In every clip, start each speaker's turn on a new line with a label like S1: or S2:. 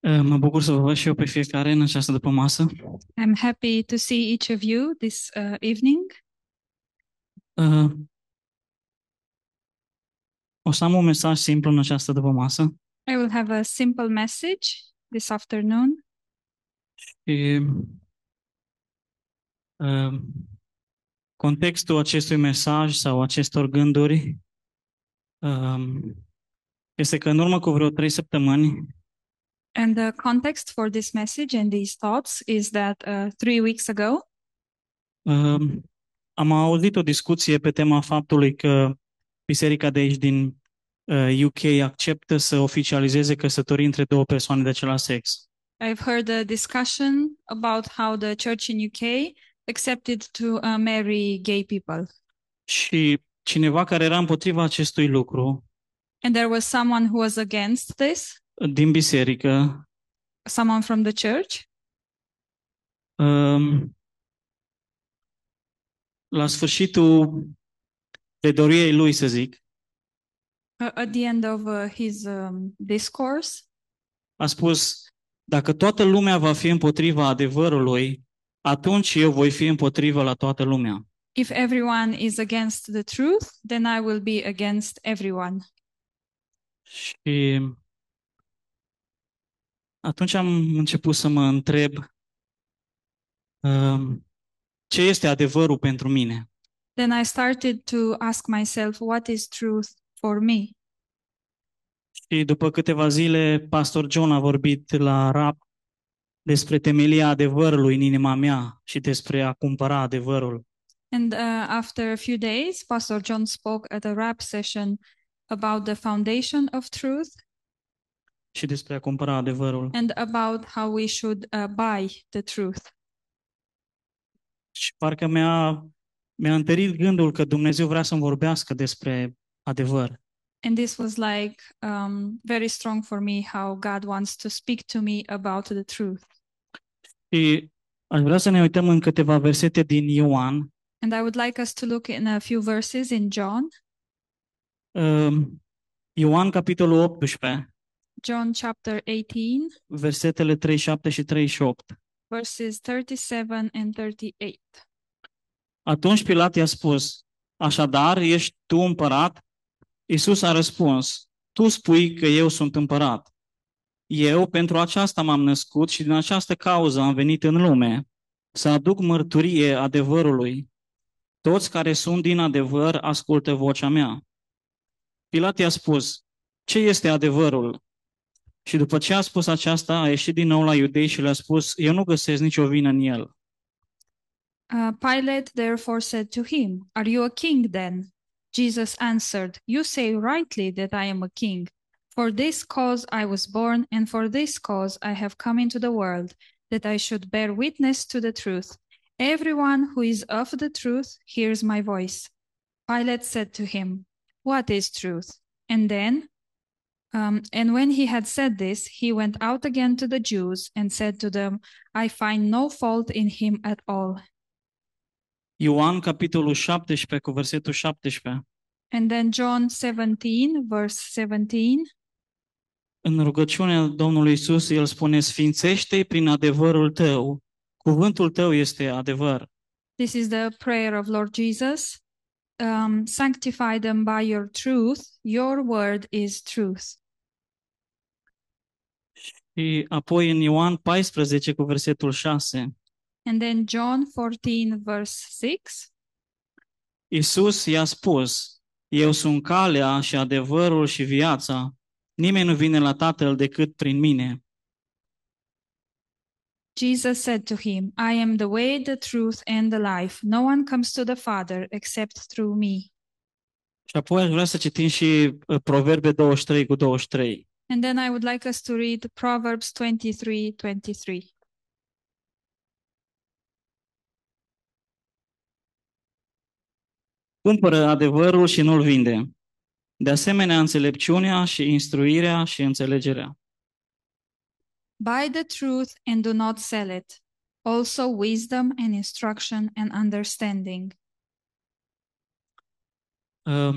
S1: Uh, Mă bucur să vă văd și eu pe fiecare în această dupămasă.
S2: I'm happy to see each of you this uh, evening.
S1: Uh, O să am un mesaj simplu în această dupămasă
S2: I will have a simple message this afternoon.
S1: și uh, contextul acestui mesaj sau acestor gânduri uh, este că în urmă cu vreo trei săptămâni
S2: And the context for this message and these thoughts is that uh, three weeks ago,
S1: uh, am auzit o discuție pe tema faptului că biserica de aici din uh, UK acceptă să oficializeze căsătorii între două persoane de același sex.
S2: I've heard a discussion about how the church in UK accepted to uh, marry gay people.
S1: Și cineva care era împotriva acestui lucru
S2: And there was someone who was against this,
S1: uh, din biserică
S2: someone from the church.
S1: um, la sfârșitul pledoriei lui, să zic,
S2: Uh, at the end of uh, his um, discourse,
S1: a spus dacă toată lumea va fi împotriva adevărului, atunci eu voi fi împotrivă la toată lumea.
S2: if everyone is against the truth, then I will be against everyone.
S1: Și atunci am început să mă întreb um, ce este adevărul pentru mine.
S2: Then I started to ask myself, what is truth for me?
S1: Și după câteva zile, pastor John a vorbit la RAP despre temelia adevărului în inima mea și despre a cumpăra adevărul.
S2: And uh, after a few days, Pastor John spoke at a rap session about the foundation of truth
S1: Și despre a cumpăra adevărul.
S2: and about how we should uh, buy the truth.
S1: Și parcă mi-a, mi-a întărit gândul că Dumnezeu vrea să-mi vorbească despre adevăr.
S2: And this was like um, very strong for me how God wants to speak to me about the truth.
S1: Și aș vrea să ne uităm în câteva versete din Ioan,
S2: And I would like us to look in a few verses in John,
S1: um, Ioan capitolul 18,
S2: John chapter 18,
S1: versetele 37 și 38.
S2: verses 37 and 38.
S1: Atunci Pilat i-a spus, așadar ești tu împărat? Iisus a răspuns, tu spui că eu sunt împărat. Eu pentru aceasta m-am născut și din această cauză am venit în lume, să aduc mărturie adevărului. Toți care sunt din adevăr ascultă vocea mea. Pilat i-a spus, ce este adevărul? Și după ce a spus aceasta, a ieșit din nou la iudei și le-a spus, eu nu găsesc nicio vină în el.
S2: Uh, Pilate therefore said to him, Are you a king then? Jesus answered, You say rightly that I am a king. For this cause I was born, and for this cause I have come into the world, that I should bear witness to the truth. Everyone who is of the truth hears my voice. Pilate said to him, What is truth? And then, um, and when he had said this, he went out again to the Jews and said to them, I find no fault in him at all.
S1: Ioan, capitolul 17, cu versetul 17.
S2: And then John 17, verse 17.
S1: În rugăciunea Domnului Isus, el spune, sfințește-i prin adevărul tău. Cuvântul tău este adevăr.
S2: This is the prayer of Lord Jesus. Um, Sanctify them by your truth. Your word is truth.
S1: Și apoi în Ioan 14, cu versetul 6,
S2: And then John 14, verse 6.
S1: Isus i-a spus, eu sunt calea și adevărul și viața. Nimeni nu vine la Tatăl decât prin mine.
S2: Jesus said to him, I am the way, the truth, and the life. No one comes to the Father except through me.
S1: Și apoi aș vrea să citim și uh, Proverbe 23 cu 23.
S2: And then I would like us to read Proverbs 23, 23.
S1: Cumpără adevărul și nu-l vinde. De asemenea, înțelepciunea și instruirea și înțelegerea.
S2: Buy the truth and do not sell it. Also, wisdom and instruction and understanding.
S1: Uh,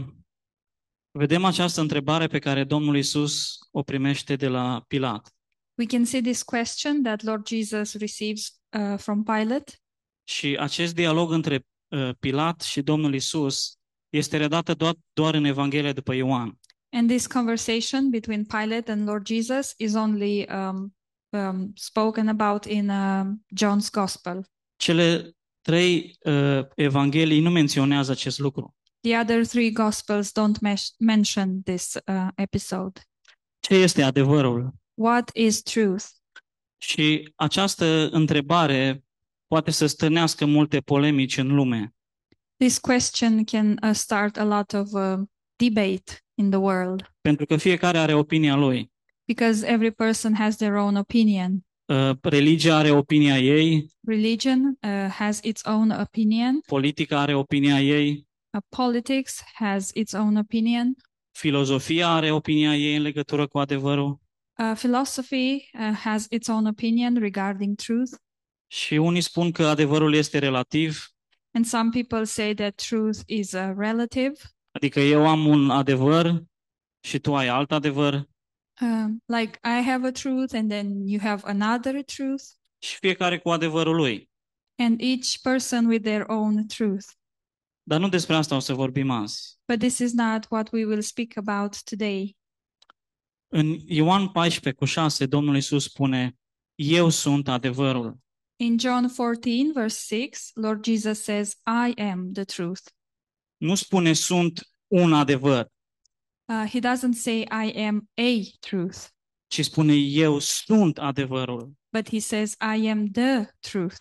S1: Vedem această întrebare pe care Domnul Isus o primește de la Pilat.
S2: We can see this question that Lord Jesus receives uh, from Pilate.
S1: Și acest dialog între uh, Pilat și Domnul Isus este redată doar, doar în Evanghelia după Ioan.
S2: And this conversation between Pilate and Lord Jesus is only um, um, spoken about in um John's Gospel.
S1: Cele trei uh, evanghelii nu menționează acest lucru.
S2: The other three Gospels don't mes- mention this uh, episode.
S1: Ce este adevărul?
S2: What is truth?
S1: Și această întrebare poate să stârnească multe polemici în lume.
S2: This question can uh, start a lot of uh, debate in the world
S1: pentru că fiecare are opinia lui.
S2: because every person has their own opinion.
S1: Uh, Religia are opinia ei,
S2: Religion uh, has its own opinion,
S1: politica are opinia ei,
S2: uh, politics has its own opinion,
S1: filozofia are opinia ei în legătură cu adevărul
S2: uh, philosophy uh, has its own opinion regarding truth,
S1: și unii spun că adevărul este relativ,
S2: and some people say that truth is uh, relative.
S1: adică eu am un adevăr și tu ai alt adevăr
S2: Um, like I have a truth, and then you have another truth,
S1: și fiecare cu adevărul lui.
S2: and each person with their own truth.
S1: Dar nu despre asta o să vorbim azi.
S2: But this is not what we will speak about today.
S1: În Ioan 14 cu 6, Domnul Iisus spune, Eu sunt adevărul.
S2: In John 14, verse 6, Lord Jesus says, I am the truth.
S1: Nu spune sunt un adevăr,
S2: Uh, he doesn't say, I am a truth,
S1: ci spune Eu sunt adevărul.
S2: but he says, I am the truth.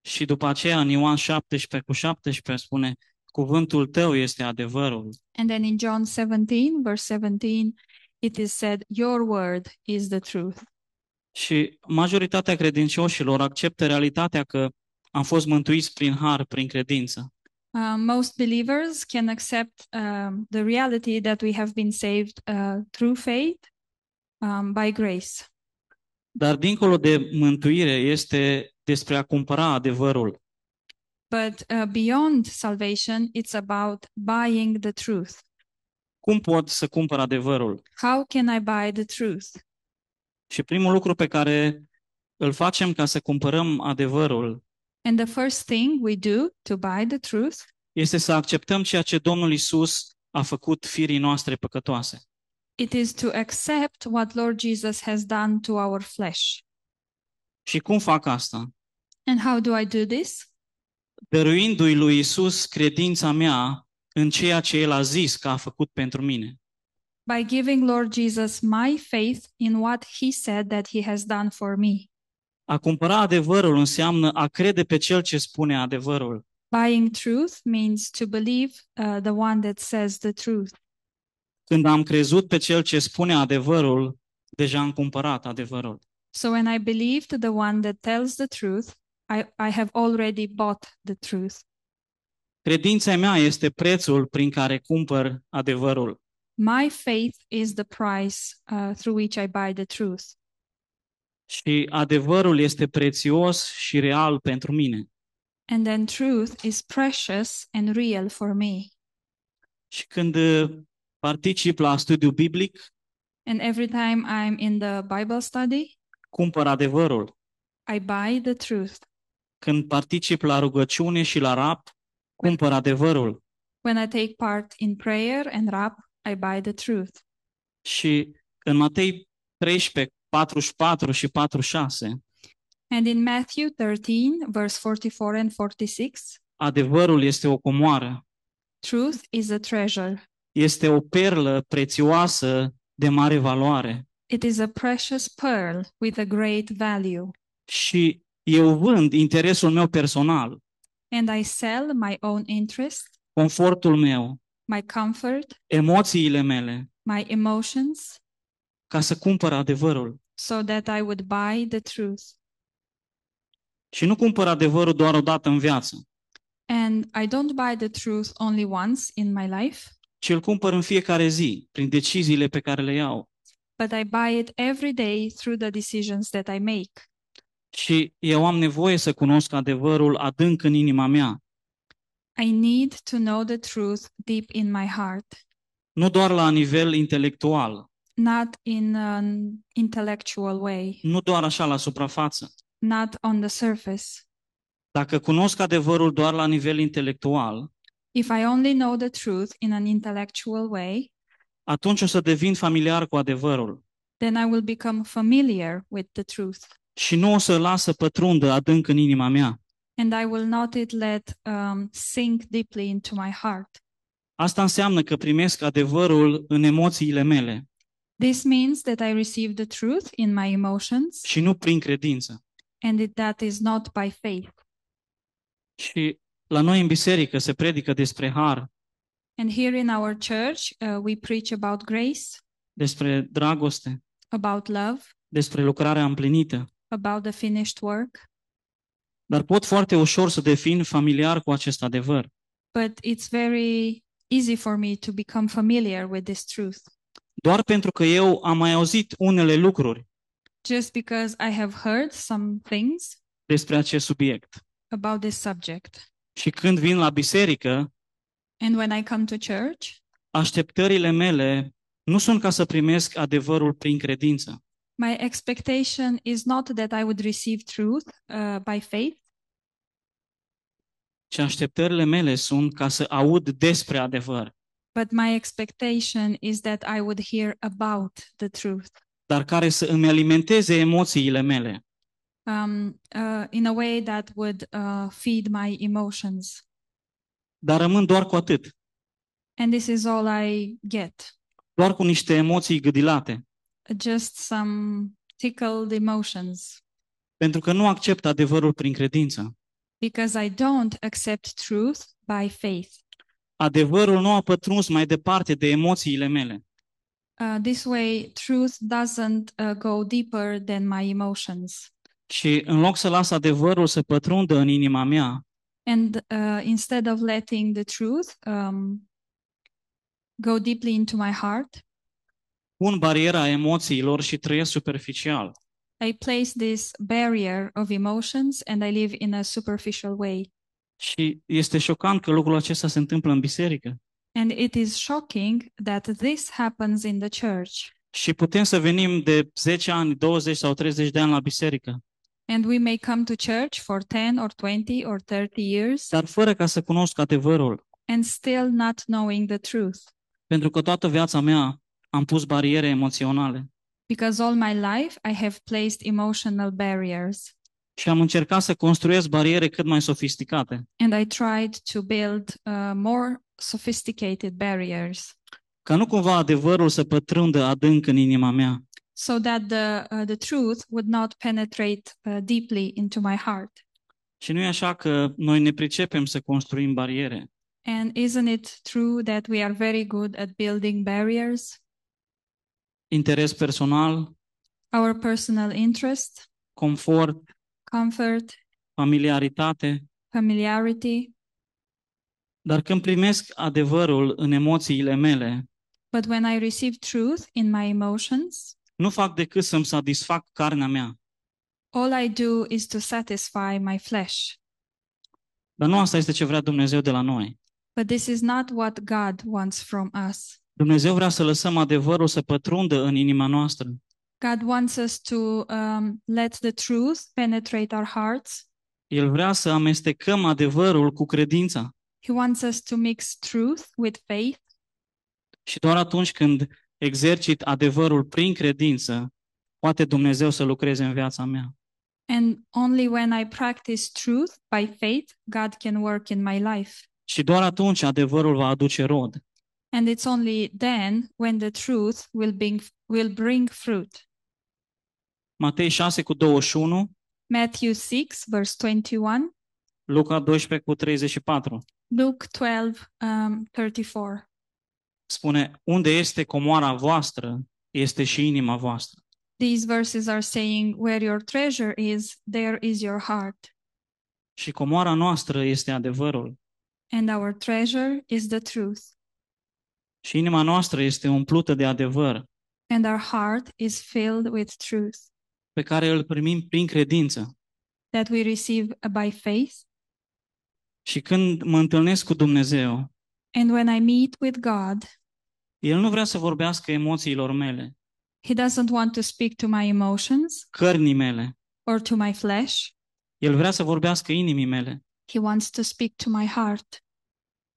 S1: Și după aceea, în Ioan 17 cu 17, spune, cuvântul tău este adevărul.
S2: And then in John 17, verse 17, it is said, Your word is the truth.
S1: Și majoritatea credincioșilor acceptă realitatea că am fost mântuiți prin har, prin credință.
S2: Uh, most believers can accept um, the reality that we have been saved uh, through faith um, by grace.
S1: Dar dincolo de mântuire este despre a cumpăra adevărul.
S2: But uh, beyond salvation, it's about buying the truth.
S1: Cum pot să cumpăr adevărul?
S2: How can I buy the truth?
S1: Și primul lucru pe care îl facem ca să cumpărăm adevărul
S2: And the first thing we do to buy the truth
S1: este să acceptăm ceea ce Domnul Isus a făcut firii noastre păcătoase.
S2: it is to accept what Lord Jesus has done to our flesh.
S1: Și cum fac asta?
S2: And how do I do this?
S1: dăruindu-i lui Isus credința mea în ceea ce El a zis că a făcut pentru mine.
S2: By giving Lord Jesus my faith in what he said that he has done for me.
S1: A cumpăra adevărul înseamnă a crede pe Cel ce spune adevărul.
S2: Buying truth means to believe uh, the one that says the truth.
S1: Când am crezut pe Cel ce spune adevărul, deja am cumpărat adevărul.
S2: So when I believed the one that tells the truth, I, I have already bought the truth.
S1: Credința mea este prețul prin care cumpăr adevărul.
S2: My faith is the price uh, through which I buy the truth.
S1: Și adevărul este prețios și real pentru mine.
S2: And then truth is precious and real for me.
S1: Și când uh, particip la studiu biblic,
S2: And every time I'm in the Bible study,
S1: cumpăr adevărul.
S2: I buy the truth.
S1: Când particip la rugăciune și la rap, cumpăr adevărul.
S2: When I take part in prayer and rap, I buy the truth.
S1: Și în Matei 13, 44 și 46,
S2: And in Matthew 13, verse 44 and 46,
S1: adevărul este o comoară,
S2: truth is a treasure.
S1: este o perlă prețioasă de mare valoare.
S2: It is a precious pearl with a great value.
S1: Și eu vând interesul meu personal,
S2: And I sell my own interest,
S1: confortul meu,
S2: my comfort,
S1: emoțiile mele,
S2: my emotions,
S1: ca să cumpăr adevărul.
S2: so that I would buy the truth.
S1: Și nu cumpăr adevărul doar o dată în viață,
S2: And I don't buy the truth only once in my life,
S1: ci îl cumpăr în fiecare zi, prin deciziile pe care le iau.
S2: but I buy it every day through the decisions that I make.
S1: Și eu am nevoie să cunosc adevărul adânc în inima mea,
S2: I need to know the truth deep in my heart,
S1: nu doar la nivel intelectual,
S2: not in an intellectual way,
S1: nu doar așa la suprafață.
S2: not on the surface.
S1: Dacă cunosc adevărul doar la nivel intelectual,
S2: If I only know the truth in an intellectual way,
S1: atunci o să devin familiar cu adevărul
S2: then I will become familiar with the truth
S1: și nu o să las să pătrundă adânc în inima mea.
S2: and I will not it let um, sink deeply into my heart.
S1: Asta înseamnă că primesc adevărul în emoțiile mele
S2: This means that I receive the truth in my emotions
S1: și nu prin credință.
S2: and it, that is not by faith.
S1: Și la noi în biserică se predică despre har,
S2: And here in our church, uh, we preach about grace,
S1: despre dragoste,
S2: about love,
S1: despre lucrarea împlinită,
S2: about the finished work,
S1: dar pot foarte ușor să devin familiar cu acest adevăr.
S2: but it's very easy for me to become familiar with this truth
S1: Doar pentru că eu am mai auzit unele lucruri
S2: just because I have heard some things
S1: despre acest subiect.
S2: about this subject.
S1: Și când vin la biserică,
S2: And when I come to church,
S1: așteptările mele nu sunt ca să primesc adevărul prin credință,
S2: my expectation is not that I would receive truth uh, by faith,
S1: ci așteptările mele sunt ca să aud despre adevăr,
S2: but my expectation is that I would hear about the truth
S1: dar care să îmi alimenteze emoțiile mele.
S2: um, uh, in a way that would uh, feed my emotions.
S1: Dar rămân doar cu atât,
S2: And this is all I get
S1: doar cu niște emoții gâdilate,
S2: just some tickled emotions
S1: pentru că nu accept adevărul prin credință.
S2: because I don't accept truth by faith.
S1: Adevărul nu a pătruns mai departe de emoțiile mele.
S2: Uh, this way, truth doesn't uh, go deeper than my emotions.
S1: Și în loc să las adevărul să pătrundă în inima mea,
S2: And uh, instead of letting the truth um, go deeply into my heart,
S1: pun bariera emoțiilor și trăiesc superficial.
S2: I place this barrier of emotions and I live in a superficial way.
S1: Și este șocant că lucrul acesta se întâmplă în biserică.
S2: And it is shocking that this happens in the church.
S1: Și putem să venim de 10 ani, 20 sau 30 de ani la biserică,
S2: And we may come to church for 10 or 20 or 30 years
S1: dar fără ca să cunosc adevărul,
S2: and still not knowing the truth
S1: pentru că toată viața mea am pus bariere emoționale
S2: because all my life I have placed emotional barriers
S1: și am încercat să construiesc bariere cât mai sofisticate,
S2: and I tried to build uh, more sophisticated barriers
S1: ca nu cumva adevărul să pătrundă adânc în inima mea.
S2: so that the, uh, the truth would not penetrate uh, deeply into my heart.
S1: Și nu e așa că noi ne pricepem să construim bariere,
S2: And isn't it true that we are very good at building barriers?
S1: interes personal,
S2: Our personal interest,
S1: confort,
S2: comfort,
S1: familiaritate,
S2: familiarity,
S1: Dar când primesc adevărul în emoțiile mele,
S2: But when I receive truth in my emotions,
S1: nu fac decât să-mi satisfac carnea mea.
S2: all I do is to satisfy my flesh.
S1: Dar nu asta este ce vrea Dumnezeu de la noi.
S2: But this is not what God wants from us.
S1: Dumnezeu vrea să lăsăm adevărul să pătrundă în inima noastră,
S2: God wants us to um, let the truth penetrate our hearts.
S1: El vrea să amestecăm adevărul cu credința.
S2: He wants us to mix truth with faith.
S1: Și doar atunci când exercit adevărul prin credință, poate Dumnezeu să lucreze în viața mea.
S2: And only when I practice truth by faith, God can work in my life.
S1: Și doar atunci adevărul va aduce rod.
S2: And it's only then when the truth will bring, will bring fruit.
S1: Matei 6 cu 21,
S2: Matthew 6, verse 21.
S1: Luca 12 cu 34.
S2: Luke 12, um, 34.
S1: spune, unde este comoara voastră, este și inima voastră.
S2: These verses are saying, Where your treasure is, there is your heart.
S1: Și comoara noastră este adevărul.
S2: And our treasure is the truth.
S1: Și inima noastră este umplută de adevăr,
S2: And our heart is filled with truth
S1: pe care îl primim prin credință.
S2: that we receive by faith.
S1: Și când mă întâlnesc cu Dumnezeu,
S2: And when I meet with God,
S1: El nu vrea să vorbească emoțiilor mele,
S2: He doesn't want to speak to my emotions
S1: cărnii mele.
S2: or to my flesh.
S1: El vrea să vorbească inimii mele.
S2: He wants to speak to my heart.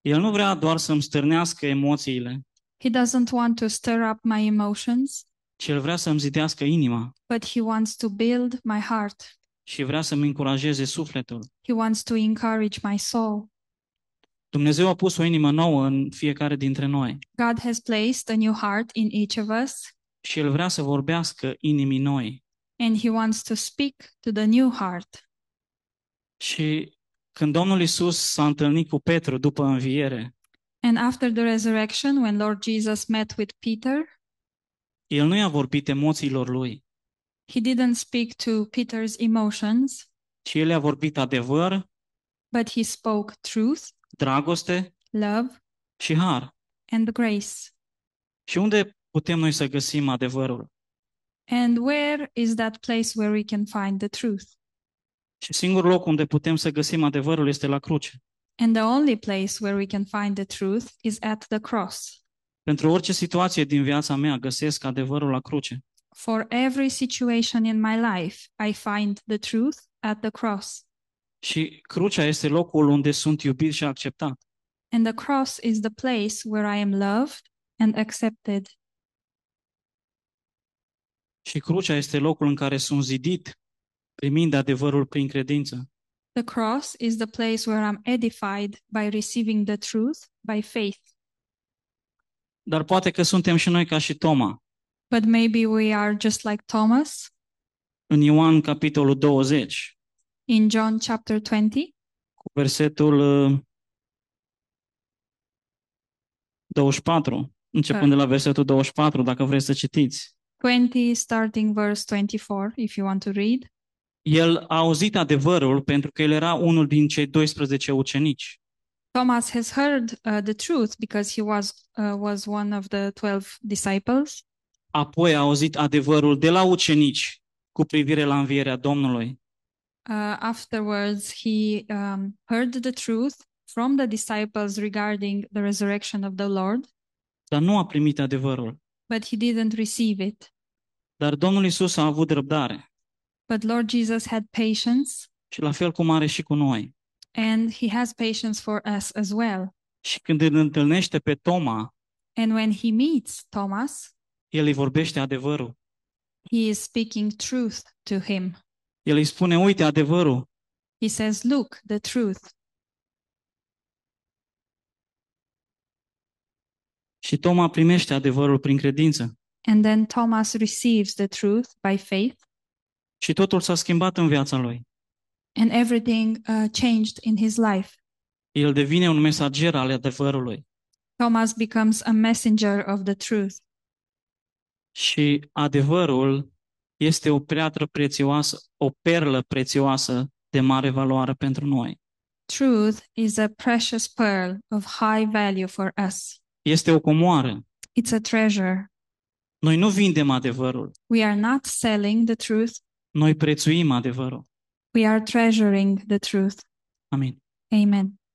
S1: El nu vrea doar să-mi stârnească emoțiile,
S2: He doesn't want to stir up my emotions,
S1: ci el vrea să-mi zidească inima
S2: but he wants to build my heart.
S1: și vrea să-mi încurajeze sufletul.
S2: He wants to encourage my soul.
S1: Dumnezeu a pus o inimă nouă în fiecare dintre noi
S2: God has placed a new heart in each of us,
S1: și el vrea să vorbească inimii noi.
S2: and he wants to speak to the new heart.
S1: Și când Domnul Isus s-a întâlnit cu Petru după înviere,
S2: And after the resurrection, when Lord Jesus met with Peter,
S1: el nu i-a vorbit emoțiilor lui,
S2: he didn't speak to Peter's emotions,
S1: ci el i-a vorbit adevăr,
S2: but he spoke truth,
S1: dragoste
S2: love,
S1: și har.
S2: and grace.
S1: Și unde putem noi să găsim adevărul?
S2: And where is that place where we can find the truth?
S1: Și singurul loc unde putem să găsim adevărul este la cruce.
S2: And the only place where we can find the truth is at the cross.
S1: Pentru orice situație din viața mea găsesc adevărul la cruce.
S2: For every situation in my life, I find the truth at the cross.
S1: Și crucea este locul unde sunt iubit și acceptat.
S2: And the cross is the place where I am loved and accepted.
S1: Și crucea este locul în care sunt zidit, primind adevărul prin credință.
S2: The cross is the place where I'm edified by receiving the truth by faith.
S1: Dar poate că suntem și noi ca și Toma,
S2: But maybe we are just like Thomas
S1: în Ioan capitolul 20,
S2: in John chapter 20,
S1: cu versetul uh, 24, începând de la versetul 24, dacă vreți să citiți.
S2: 20 starting verse 24, if you want to read.
S1: El a auzit adevărul pentru că el era unul din cei 12 ucenici.
S2: Thomas has heard uh, the truth because he was uh, was one of the 12 disciples
S1: Apoi a auzit adevărul de la ucenici cu privire la învierea Domnului.
S2: uh, afterwards he um, heard the truth from the disciples regarding the resurrection of the lord
S1: Dar nu a primit adevărul.
S2: but he didn't receive it
S1: Dar Domnul Isus a avut răbdare.
S2: but lord jesus had patience
S1: Și la fel cum are și cu noi.
S2: and he has patience for us as well
S1: Și când îl întâlnește pe Toma,
S2: and when he meets thomas
S1: el îi vorbește adevărul.
S2: he is speaking truth to him
S1: El îi spune, uite adevărul.
S2: he says look the truth
S1: Și Toma primește adevărul prin credință.
S2: and then thomas receives the truth by faith
S1: Și totul s-a schimbat în viața lui.
S2: and everything uh, changed in his life
S1: El devine un mesager al adevărului.
S2: Thomas becomes a messenger of the truth,
S1: Și adevărul este o piatră prețioasă, o perlă prețioasă de mare valoare pentru noi.
S2: truth is a precious pearl of high value for us.
S1: Este o comoară.
S2: It's a treasure.
S1: Noi nu vindem adevărul,
S2: We are not selling the truth,
S1: noi prețuim adevărul.
S2: we are treasuring the truth.
S1: Amin.
S2: Amen.